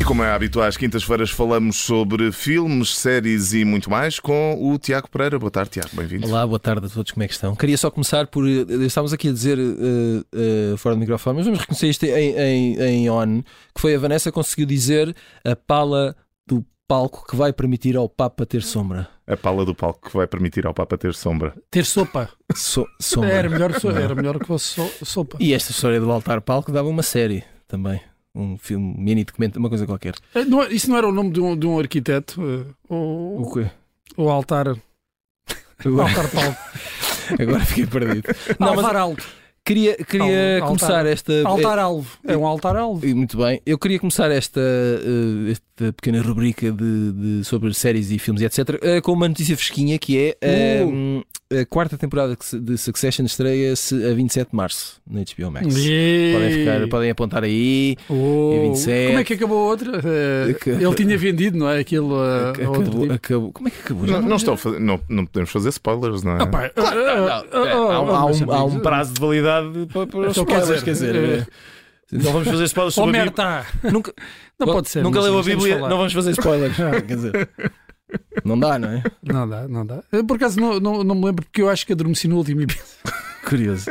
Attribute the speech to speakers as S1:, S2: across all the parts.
S1: E como é habitual, às quintas-feiras falamos sobre filmes, séries e muito mais com o Tiago Pereira. Boa tarde, Tiago, bem-vindo.
S2: Olá, boa tarde a todos, como é que estão? Queria só começar por. eh, Estávamos aqui a dizer eh, eh, fora do microfone, mas vamos reconhecer isto em, em, em on, que foi a Vanessa que conseguiu dizer a pala do palco que vai permitir ao Papa ter sombra.
S1: A pala do palco que vai permitir ao Papa ter sombra.
S3: Ter sopa.
S2: So-
S3: Era
S2: sombra.
S3: melhor, que so- era melhor que fosse so- sopa.
S2: E esta história do altar palco dava uma série também. Um filme, mini documento, uma coisa qualquer.
S3: Eh, não é- isso não era o nome de um, de um arquiteto? eh, Ou,
S2: quê?
S3: ou altar.
S2: Agora,
S3: Altar palco.
S2: agora fiquei perdido. Não, mas
S3: altar alvo.
S2: queria, queria
S3: Al- altar.
S2: começar esta.
S3: Altar alvo. É um altar alvo.
S2: E Muito bem, eu queria começar esta, eh, esta pequena rubrica de, de- sobre séries e filmes e etc. eh, com uma notícia fresquinha que é eh,
S3: Uh.
S2: hum, a quarta temporada que se- de Succession estreia-se a 27 de março na HBO Max. Podem, ficar- podem apontar aí.
S3: Oh,
S2: e 27.
S3: Como é que acabou a outra? Eh,
S2: Que-
S3: Ele tinha vendido, não é? Aquilo
S2: Uh,
S3: a, a outro
S2: Acabou,
S3: tipo.
S2: acabou- Como é que acabou? Já
S1: Não, não,
S2: me
S1: estou a fazer- não, não podemos fazer spoilers, não é?
S3: Ah, pá, eh,
S2: lembro.
S3: eh,
S2: Não,
S3: eh,
S2: há, um-
S3: oh,
S2: há
S3: meus
S2: um, há um
S3: amigos,
S2: prazo de validade para, para os
S3: Então, quer
S2: spoilers,
S3: dizer,
S2: quer dizer. eh, Não vamos fazer spoilers
S3: eh,
S2: sobre a Bíblia.
S3: Omerta!
S2: Nunca,
S3: Não pode ser.
S2: Nunca
S3: mas
S2: leu a
S3: temos de
S2: Bíblia,
S3: falar.
S2: não vamos fazer spoilers. Ah, quer dizer, não dá, não é?
S3: Não dá, não dá. Eh, Por acaso não, não, não me lembro porque eu acho que adormeci no último episódio.
S2: Curioso.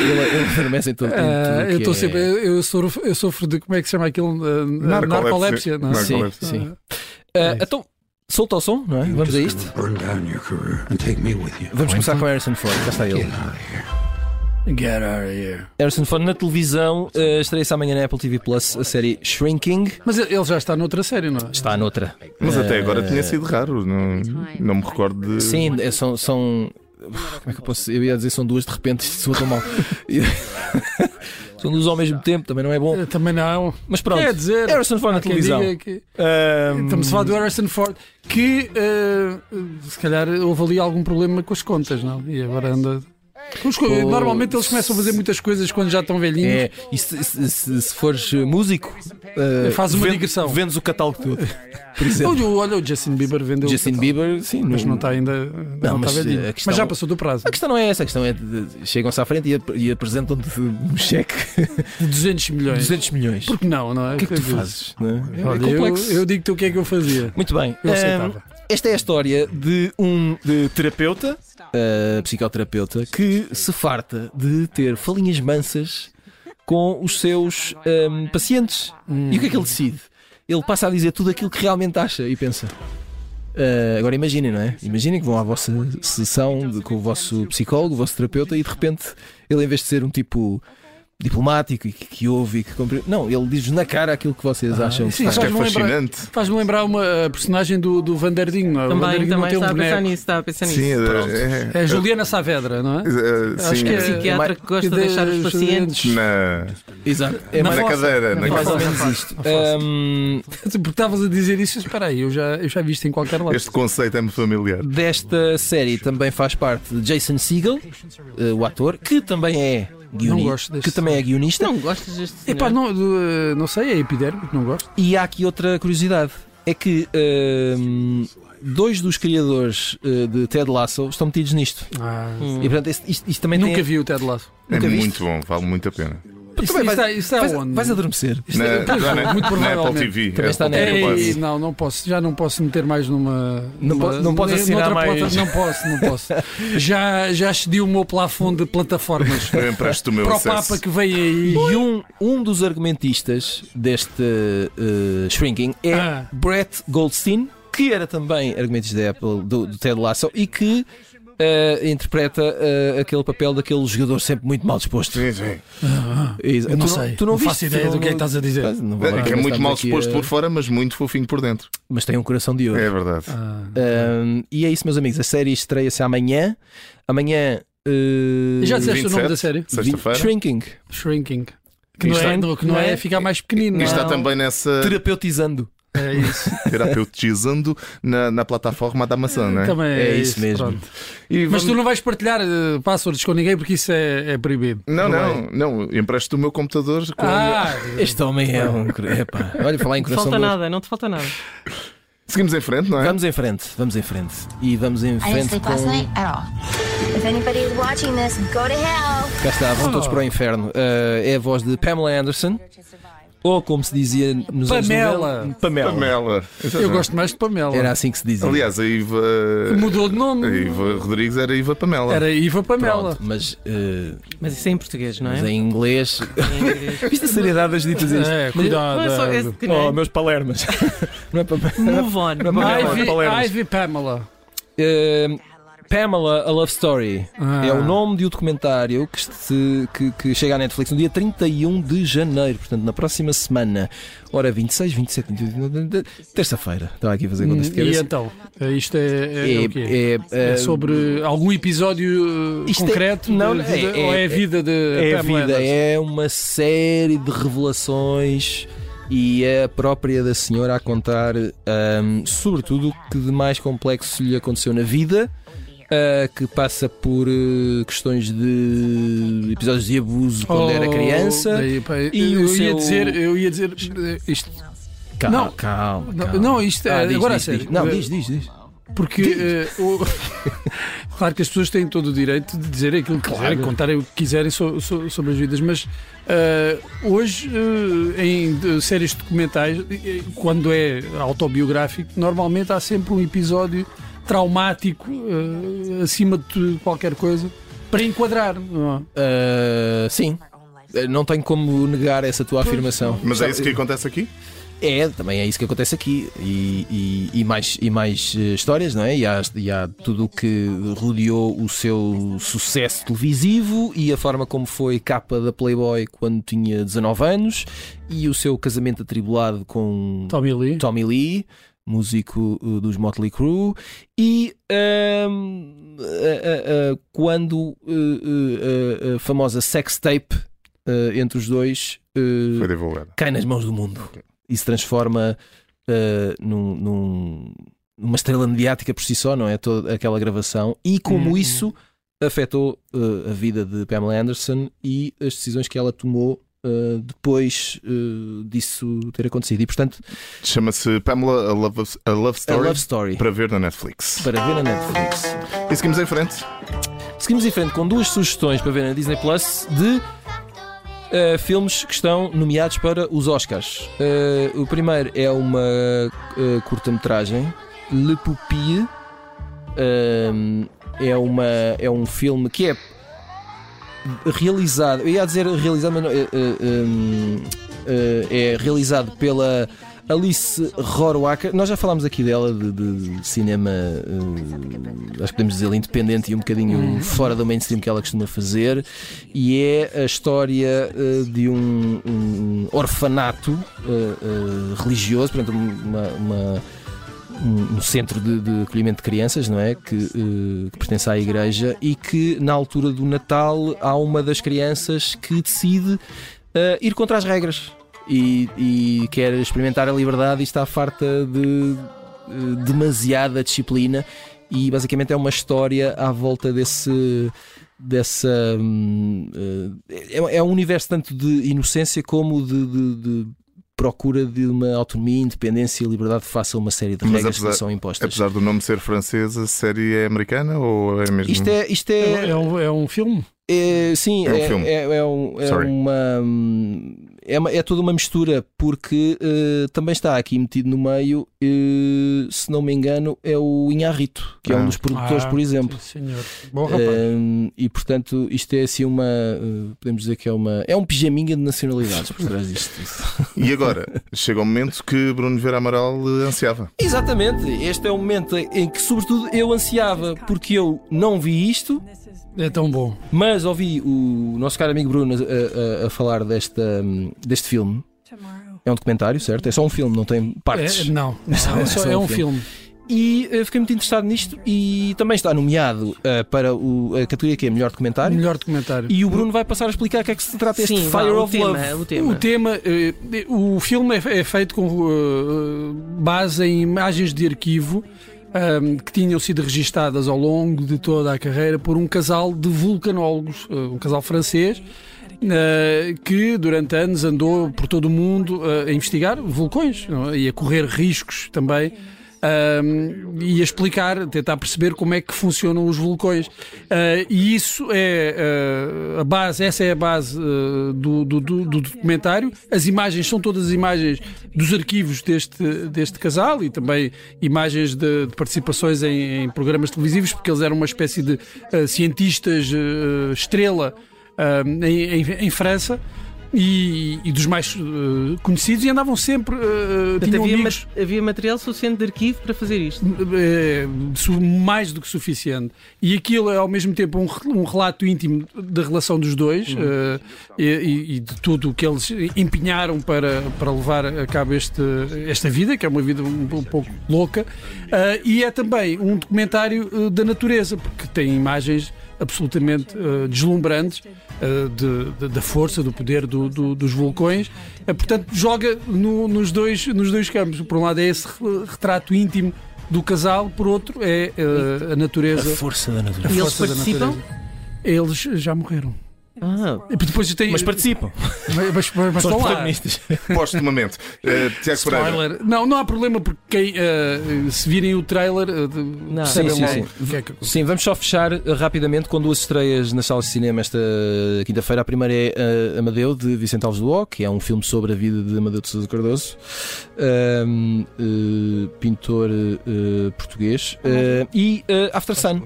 S2: ele, ele adormece em tudo. em tudo
S3: Ah,
S2: que
S3: eu estou
S2: é-
S3: sempre. Eu, eu sofro, eu sofro de. Como é que se chama aquilo? Ah,
S1: Narcolepsia.
S3: narcolepsia, não é?
S1: Narcolepsia.
S2: Sim,
S3: Ah,
S2: sim.
S4: É
S2: Ah, então, solta o som, não é? Vamos a isto.
S4: Burn down your career and take me with you. então
S2: Vamos começar com Harrison Ford, cá está ele.
S4: Get out of here.
S3: Eh, Get out of here.
S2: Harrison Ford na televisão, ah, estreia-se amanhã na Apple TV Plus a série Shrinking.
S3: Mas ele já está noutra série, não é?
S2: Está noutra.
S1: Mas até agora
S2: Eh,
S1: tinha sido raro, não, não me recordo de.
S2: Sim, é, são. são- Como é que eu posso. Eu ia dizer são duas de repente, isto soa tão mal. são duas ao mesmo tempo, também não é bom.
S3: Eh, Também não.
S2: Mas pronto,
S3: Quer dizer,
S2: Harrison Ford na
S3: há quem
S2: televisão.
S3: diga que-
S2: Ahm,
S3: Estamos a falar do Harrison Ford, que ah, se calhar houve ali algum problema com as contas, não? E agora anda. com as co-
S2: Pois.
S3: Normalmente eles começam a fazer muitas coisas quando já estão velhinhos.
S2: É, e se, se- se- se fores eh, músico, eh,
S3: Faz uma
S2: ven-
S3: digressão.
S2: Vendes o catálogo todo. Por exemplo,
S3: Olha, o- olha, o Justin Bieber vendeu.
S2: Justin Bieber, sim,
S3: Mas
S2: no-
S3: não está ainda. ainda
S2: Não,
S3: Não,
S2: mas,
S3: está velhinho.
S2: eh, a questão-
S3: Mas já passou do prazo.
S2: A questão não é essa, a questão é de- de- chegam-se à frente e, ap- e apresentam-te um cheque
S3: De 200
S2: de
S3: milhões.
S2: 200 milhões.
S3: Porque não, não é?
S2: O que é que tu fazes? não é? É
S3: Olha,
S2: complexo.
S3: eu, eu digo-te o que é que eu fazia.
S2: Muito bem.
S3: Eu
S2: Ahm,
S3: aceitava.
S2: esta é a história de um de terapeuta, ah, psicoterapeuta, que se farta de ter falinhas mansas com os seus ahm, pacientes. E o que é que ele decide? Ele passa a dizer tudo aquilo que realmente acha e pensa. Ah, agora imaginem, não é? Imaginem que vão à vossa sessão de- com o vosso psicólogo, o vosso terapeuta, e de repente ele, em vez de ser um tipo diplomático e que, que ouve e que cumpre. Não, ele diz na cara aquilo que vocês acham
S3: sim,
S2: que
S1: Acho
S2: está.
S1: que é
S3: Faz-me lembrar-
S1: fascinante.
S3: Faz-me lembrar uma a personagem do, do Vanderdinho, não é? o
S5: Também,
S3: Vanderdinho
S5: também
S3: não
S5: estava
S3: tem um
S5: a pensar
S3: boneco.
S5: nisso, estava a pensar
S1: Sim,
S5: nisso.
S1: é,
S3: É a Juliana Saavedra, não
S1: é,
S3: é? Acho
S1: sim,
S3: que
S5: É
S3: é-
S5: psiquiatra que gosta
S3: Que
S5: de
S3: é.
S5: deixar os
S3: deixa-
S5: pacientes.
S1: na,
S2: Exato. É
S1: na
S2: mais-
S1: cadeira. Na
S2: É mais ou
S1: cadeira.
S2: menos isto. Ahm,
S3: Porque estavas a dizer isso, espera aí, eu já, eu já vi isto em qualquer lado.
S1: Este conceito é-me familiar.
S2: desta série também faz parte de Jason Segel, eh, o ator, que também é
S3: Não
S2: guionista.
S3: gosto deste
S2: Que também é guionista.
S5: Não gostas deste senhor?
S3: Epá, não, de- não sei, é epidérmico, não gosto.
S2: E há aqui outra curiosidade: é que ahm, dois dos criadores eh, de Ted Lasso estão metidos nisto.
S5: Hum.
S2: E portanto, este- isto, isto também
S3: Nunca
S2: tem.
S3: vi o Ted Lasso.
S1: É
S2: Nunca viste?
S1: muito bom, vale muito a pena.
S3: Isso,
S2: também
S3: isso,
S2: vais-
S3: é- isso é
S2: Vais,
S3: onde?
S2: vais adormecer.
S3: Isto é-
S1: Na- já na-
S3: muito
S1: na Apple é
S3: provavelmente.
S1: TV.
S2: Também está na
S1: Apple TV
S2: Apple.
S1: Plus.
S3: Ei, não, não posso, já não posso meter mais numa.
S2: Não
S3: numa-
S2: po- não podes
S3: numa-
S2: assinar
S3: noutra
S2: mais.
S3: plata- Não posso, não posso. já, já cedi o meu plafond de plataformas
S1: Eu empresto o um meu
S3: para o
S1: acesso.
S3: Papa que veio aí.
S2: E um, um dos argumentistas deste eh, Shrinking é
S3: Ah.
S2: Brett Goldstein, que era também argumentista da Apple, do, do Ted Lasso, e que eh, interpreta eh, aquele papel daquele jogador sempre muito mal disposto.
S1: Sim, sim.
S2: Exa-
S3: Ah, Eu
S2: tu
S3: não sei,
S2: tu não,
S3: não
S2: viste,
S3: faço
S2: tu
S3: ideia
S2: não-
S3: do que é que estás a dizer.
S2: Não vale a
S1: É que é
S2: pena
S1: muito
S2: estarmos
S1: mal
S2: aqui
S1: disposto
S2: a-
S1: por fora, mas muito fofinho por dentro.
S2: Mas tem um coração de ouro.
S1: É verdade.
S3: Ah,
S2: Ahm, e é isso, meus amigos. A série estreia-se amanhã. Amanhã. eh,
S3: já disseste é o nome
S1: 27?
S3: da série?
S1: Sexta-feira.
S2: Shrinking.
S3: Shrinking. Que não,
S1: Isto
S3: é, que não é
S2: é-
S3: ficar mais pequenino.
S1: E
S3: não.
S1: está também nessa
S2: Terapeutizando.
S3: É isso.
S1: terapeutizando na, na plataforma da maçã, não é?
S3: Também é,
S2: É isso mesmo.
S3: pronto.
S1: E
S3: Mas
S1: vamos-
S3: tu não vais partilhar eh, passwords com ninguém porque isso é, é proibido.
S1: Não,
S3: é?
S1: não, não. Empresto o meu computador com.
S3: Ah,
S2: Este homem é um. Epá. Olha, falar em coração
S5: Não te
S2: de
S5: falta
S2: ouro.
S5: nada, não te falta nada.
S1: Seguimos em frente, não é?
S2: Vamos em frente, vamos em frente. E vamos em
S6: I didn't
S2: frente
S6: sleep last
S2: com.
S6: night at all. anybody's watching this, go to hell.
S2: Cá está, vão todos para o inferno. Ah, é a voz de Pamela Anderson, ou como se dizia nos
S3: Pamela.
S2: anos 90, Pamela.
S1: Pamela.
S3: Eu gosto mais de Pamela.
S2: Era assim que se dizia.
S1: Aliás, a Iva.
S3: Mudou de
S1: A
S3: nome.
S1: Iva Rodrigues era Iva Pamela.
S3: Era Iva Pamela.
S2: Pronto, mas, ah,
S5: Mas isso é em português, não é?
S2: mas em inglês.
S5: Em inglês.
S2: Viste a seriedade das ditas isto?
S3: É, cuidado.
S5: Não é só esse que não é.
S2: meus palermas. Não é Pamela.
S5: Move on.
S2: Não é Pamela.
S5: Ivy.
S3: Ivy,
S2: Palermas.
S3: Ivy Pamela.
S2: Eh, Pamela, a Love Story.
S3: Ah.
S2: É o nome de um documentário que, se- que- que chega à Netflix no dia 31 de janeiro, portanto, na próxima semana. Ora, 26, 27, 28, 29, terça-feira. Estava aqui a fazer contas de
S3: E
S2: cabeça.
S3: então, isto é, é, é o quê?
S2: é,
S3: É
S2: eh,
S3: sobre algum episódio uh,
S2: Isto é-
S3: concreto?
S2: não,
S3: da
S2: é-
S3: vida-
S2: é-
S3: ou é a vida de
S2: é a
S3: Pamela
S2: vida,
S3: Anderson?
S2: é uma série de revelações e é a própria da senhora a contar, ahm, sobretudo, o que de mais complexo lhe aconteceu na vida. ah, que passa por eh, questões de episódios de abuso quando era
S3: Oh,
S2: criança.
S3: daí, pá, eu,
S2: e o
S3: ia
S2: seu-
S3: dizer, eu ia dizer eh, isto.
S2: Calma,
S3: Não.
S2: calma,
S3: Não,
S2: calma.
S3: não, isto é-
S2: Ah, diz,
S3: agora
S2: diz,
S3: a sério.
S2: diz. Não, diz, diz, diz.
S3: Porque eh, o- claro que as pessoas têm todo o direito de dizer aquilo que quiserem, contar o que quiserem so- so- sobre as vidas, mas eh, hoje eh, em de- séries documentais, eh, quando é autobiográfico, normalmente há sempre um episódio traumático eh, acima de tudo, qualquer coisa para enquadrar. não é?
S2: Ah, sim. Ah, Não tenho como negar essa tua afirmação.
S1: Mas é isso que acontece aqui?
S2: É, também é isso que acontece aqui. E, e- e mais, e mais eh, histórias, não é? E há, e há tudo o que rodeou o seu sucesso televisivo e a forma como foi capa da Playboy quando tinha 19 anos e o seu casamento atribulado com
S3: Tommy Lee.
S2: Tommy Lee, músico uh, dos Motley Crue, e ahm, a- a- a- quando uh, uh, a- a famosa sex tape uh, entre os dois uh,
S1: Foi divulgada.
S2: cai nas mãos do mundo e se transforma uh, num- num- numa estrela mediática por si só, não é? Toda aquela gravação e como
S5: Uhum.
S2: isso afetou uh, a vida de Pamela Anderson e as decisões que ela tomou uh, depois uh, disso ter acontecido. E portanto,
S1: Chama-se Pamela a Love, a Love
S2: a
S1: Story
S2: Love Story
S1: para ver na Netflix.
S2: para ver na Netflix.
S1: E seguimos em frente.
S2: Seguimos em frente com duas sugestões para ver na Disney Plus de eh, filmes que estão nomeados para os Oscars. Eh, o primeiro é uma eh, curta-metragem, Le Poupie. Ehm, é, uma, é um filme que é realizado, eu ia dizer realizado, mas não, eh, eh, ehm, eh, é realizado pela Alice Rorwaka. Nós já falámos aqui dela, de, de cinema, eh, acho que podemos dizer independente e um bocadinho fora do mainstream que ela costuma fazer. E é a história eh, de um, um orfanato eh, eh, religioso, portanto, uma- uma um, um centro de, de acolhimento de crianças, não é? Que, eh, que pertence à igreja e que na altura do Natal há uma das crianças que decide eh, ir contra as regras e, e quer experimentar a liberdade e está farta de eh, demasiada disciplina e basicamente é uma história à volta desse dessa hum, eh, é, é um universo tanto de inocência como de, de- de procura de uma autonomia, independência e liberdade face a uma série de
S1: Mas
S2: regras
S1: apesar-
S2: que são impostas.
S1: Apesar do nome ser francês, a série é americana ou é mesmo?
S2: Isto é, isto
S3: É,
S2: é,
S3: é um, é um filme?
S2: é- sim,
S1: É um
S2: é,
S1: filme.
S2: é- é um- é
S1: Sorry.
S2: uma hum, é, uma- é toda uma mistura porque eh, também está aqui metido no meio, eh, se não me engano, é o Inharrito, que é
S1: Ah.
S2: um dos produtores,
S3: Ah,
S2: por exemplo.
S3: Sim, senhor. Bom rapaz.
S2: Hum, e portanto, isto é assim uma. eh, podemos dizer que é uma. É um pijaminha de nacionalidades por trás disto.
S1: E agora chega o momento que Bruno Vera Amaral eh, ansiava.
S2: Exatamente, este é o momento em que, sobretudo, eu ansiava, porque eu não vi isto,
S3: É tão bom.
S2: mas ouvi o nosso caro amigo Bruno a, a- a falar desta, hum, deste filme. É um documentário, certo? É só um filme, não tem partes.
S3: É, não, não, é, só, é um filme.
S2: E eh, fiquei muito interessado nisto e também está nomeado eh, para o- a categoria que é melhor documentário.
S3: Melhor documentário.
S2: E o Bruno vai passar a explicar o que é que se trata este
S5: Sim, vá,
S2: Fire
S5: o
S2: of
S5: tema,
S2: Love.
S5: O
S3: O
S5: tema.
S3: tema, eh, o filme é é feito com eh, base em imagens de arquivo ahm, que tinham sido registadas ao longo de toda a carreira por um casal de vulcanólogos, eh, um casal francês. eh, que durante anos andou por todo o mundo eh, a investigar vulcões não é? e a correr riscos também ah, ahm, e a explicar, tentar perceber como é que funcionam os vulcões. Ah, e isso é ah, a base, essa é a base ah, do, do- do- do documentário. As imagens são todas imagens dos arquivos deste, deste casal e também imagens de, de participações em, em programas televisivos, porque eles eram uma espécie de ah, cientistas ah, estrela ah, em- em- em França e, e dos mais eh, conhecidos e andavam sempre eh,
S5: Portanto,
S3: tinham
S5: havia,
S3: amigos
S5: ma- havia material suficiente de arquivo para fazer isto.
S3: eh, su- mais do que suficiente e aquilo é ao mesmo tempo um, re- um relato íntimo da relação dos dois eh, e, e- e de tudo o que eles empenharam para, para levar a cabo este, esta vida que é uma vida um, um pouco louca Ah, e é também um documentário eh, da natureza porque tem imagens absolutamente eh, deslumbrantes eh, de- de- da força, do poder do- do- dos vulcões. Eh, portanto, joga no- nos, dois, nos dois campos. Por um lado é esse re- retrato íntimo do casal, por outro é eh, a natureza. A
S2: força da natureza.
S5: E eles
S3: força da
S5: participam?
S3: natureza. Eles já morreram.
S5: Ah,
S3: E depois tem,
S2: Mas participam.
S3: mas, mas- mas
S2: São os
S3: estão lá.
S2: protagonistas.
S1: Postumamente. Eh, Tiago Pereira.
S3: Spoiler. Não, não há problema porque quem, eh, se virem o trailer, eh, de-
S5: Não.
S3: percebem
S2: Sim, sim,
S3: logo
S2: sim.
S3: o que é que-
S2: Sim, vamos só fechar eh, rapidamente com duas estreias nas salas de cinema esta quinta-feira. A primeira é eh, Amadeu, de Vicente Alves Duó, que é um filme sobre a vida de Amadeu de Sousa Cardoso, ahm, eh, pintor eh, português. Eh, e eh, After Sun,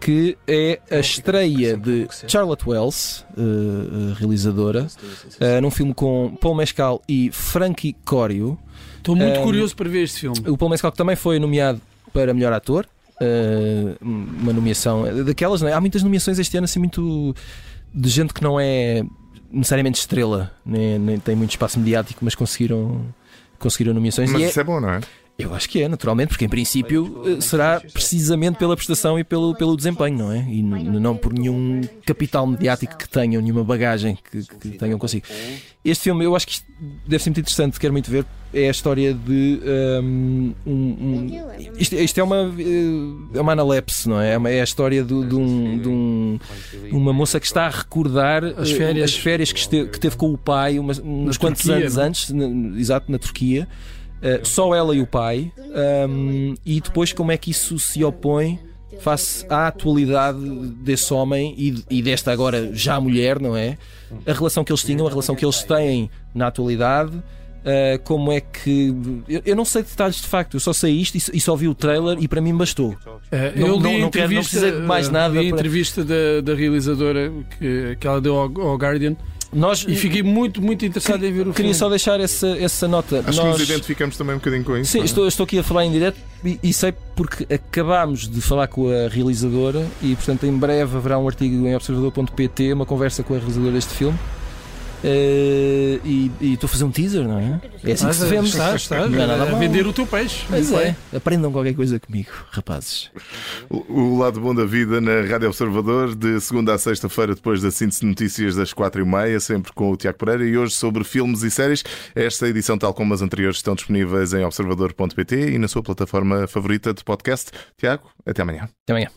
S2: que é a estreia de Charlotte Wells, eh, eh, realizadora, eh, num filme com Paul Mescal e Frankie Corio.
S3: Estou muito
S2: Eh,
S3: curioso para ver este filme.
S2: O Paul Mescal que também foi nomeado para melhor ator. eh, uma nomeação eh, daquelas, não é? Há muitas nomeações este ano, assim, muito de gente que não é necessariamente estrela, nem, nem tem muito espaço mediático, mas conseguiram, conseguiram nomeações.
S1: Mas
S2: E é-
S1: isso é bom, não é?
S2: eu acho que é, naturalmente, porque em princípio eh, será precisamente pela prestação e pelo, pelo desempenho, não é? E n- n- não por nenhum capital mediático que tenham, nenhuma bagagem que, que tenham consigo. Este filme, eu acho que isto deve ser muito interessante, quero muito ver. É a história de. hum, um, um- isto, isto é uma. eh, É uma analepse, não é? É, uma- é a história do- de, um, de um- uma moça que está a recordar eh, as
S3: férias.
S2: férias que, este- que teve com o pai umas- uns quantos
S3: Turquia,
S2: anos
S3: não é?
S2: antes, na- exato, na Turquia. Uh, só ela e o pai, um, e depois como é que isso se opõe face à atualidade desse homem e, e desta agora já mulher, não é? A relação que eles tinham, a relação que eles têm na atualidade. uh, como é que. Eu, eu não sei detalhes de facto, eu só sei isto e, s- e só vi o trailer e para mim bastou.
S3: Eh,
S2: Não-
S3: eu li
S2: não- não
S3: a
S2: quero- não
S3: entrevista,
S2: precisa de mais
S3: eh,
S2: nada
S3: li a
S2: para-
S3: entrevista da, da realizadora que, que ela deu ao, ao Guardian
S2: Nós.
S3: e fiquei muito, muito interessado em ver o
S2: Queria
S3: filme.
S2: só deixar essa, essa nota.
S1: Acho
S2: Nós-
S1: que nos identificamos também um bocadinho com isso.
S2: Sim,
S1: não é?
S2: estou, estou aqui a falar em direto e, e sei porque acabámos de falar com a realizadora e, portanto, em breve haverá um artigo em observador.pt, uma conversa com a realizadora deste filme. Eh, e, e estou a fazer um teaser, não é? É assim que se vende.
S3: eh, Está, está, eh,
S2: Não é nada
S3: a
S2: mal.
S3: vender o teu peixe.
S2: Pois
S3: Muito
S2: é,
S3: bem.
S2: aprendam qualquer coisa comigo, rapazes.
S1: O o Lado Bom da Vida na Rádio Observador, de segunda a sexta-feira, depois da síntese de notícias das quatro e meia, sempre com o Tiago Pereira, e hoje sobre filmes e séries. Esta edição, tal como as anteriores, estão disponíveis em observador.pt e na sua plataforma favorita de podcast. Tiago, até amanhã.
S2: Até amanhã.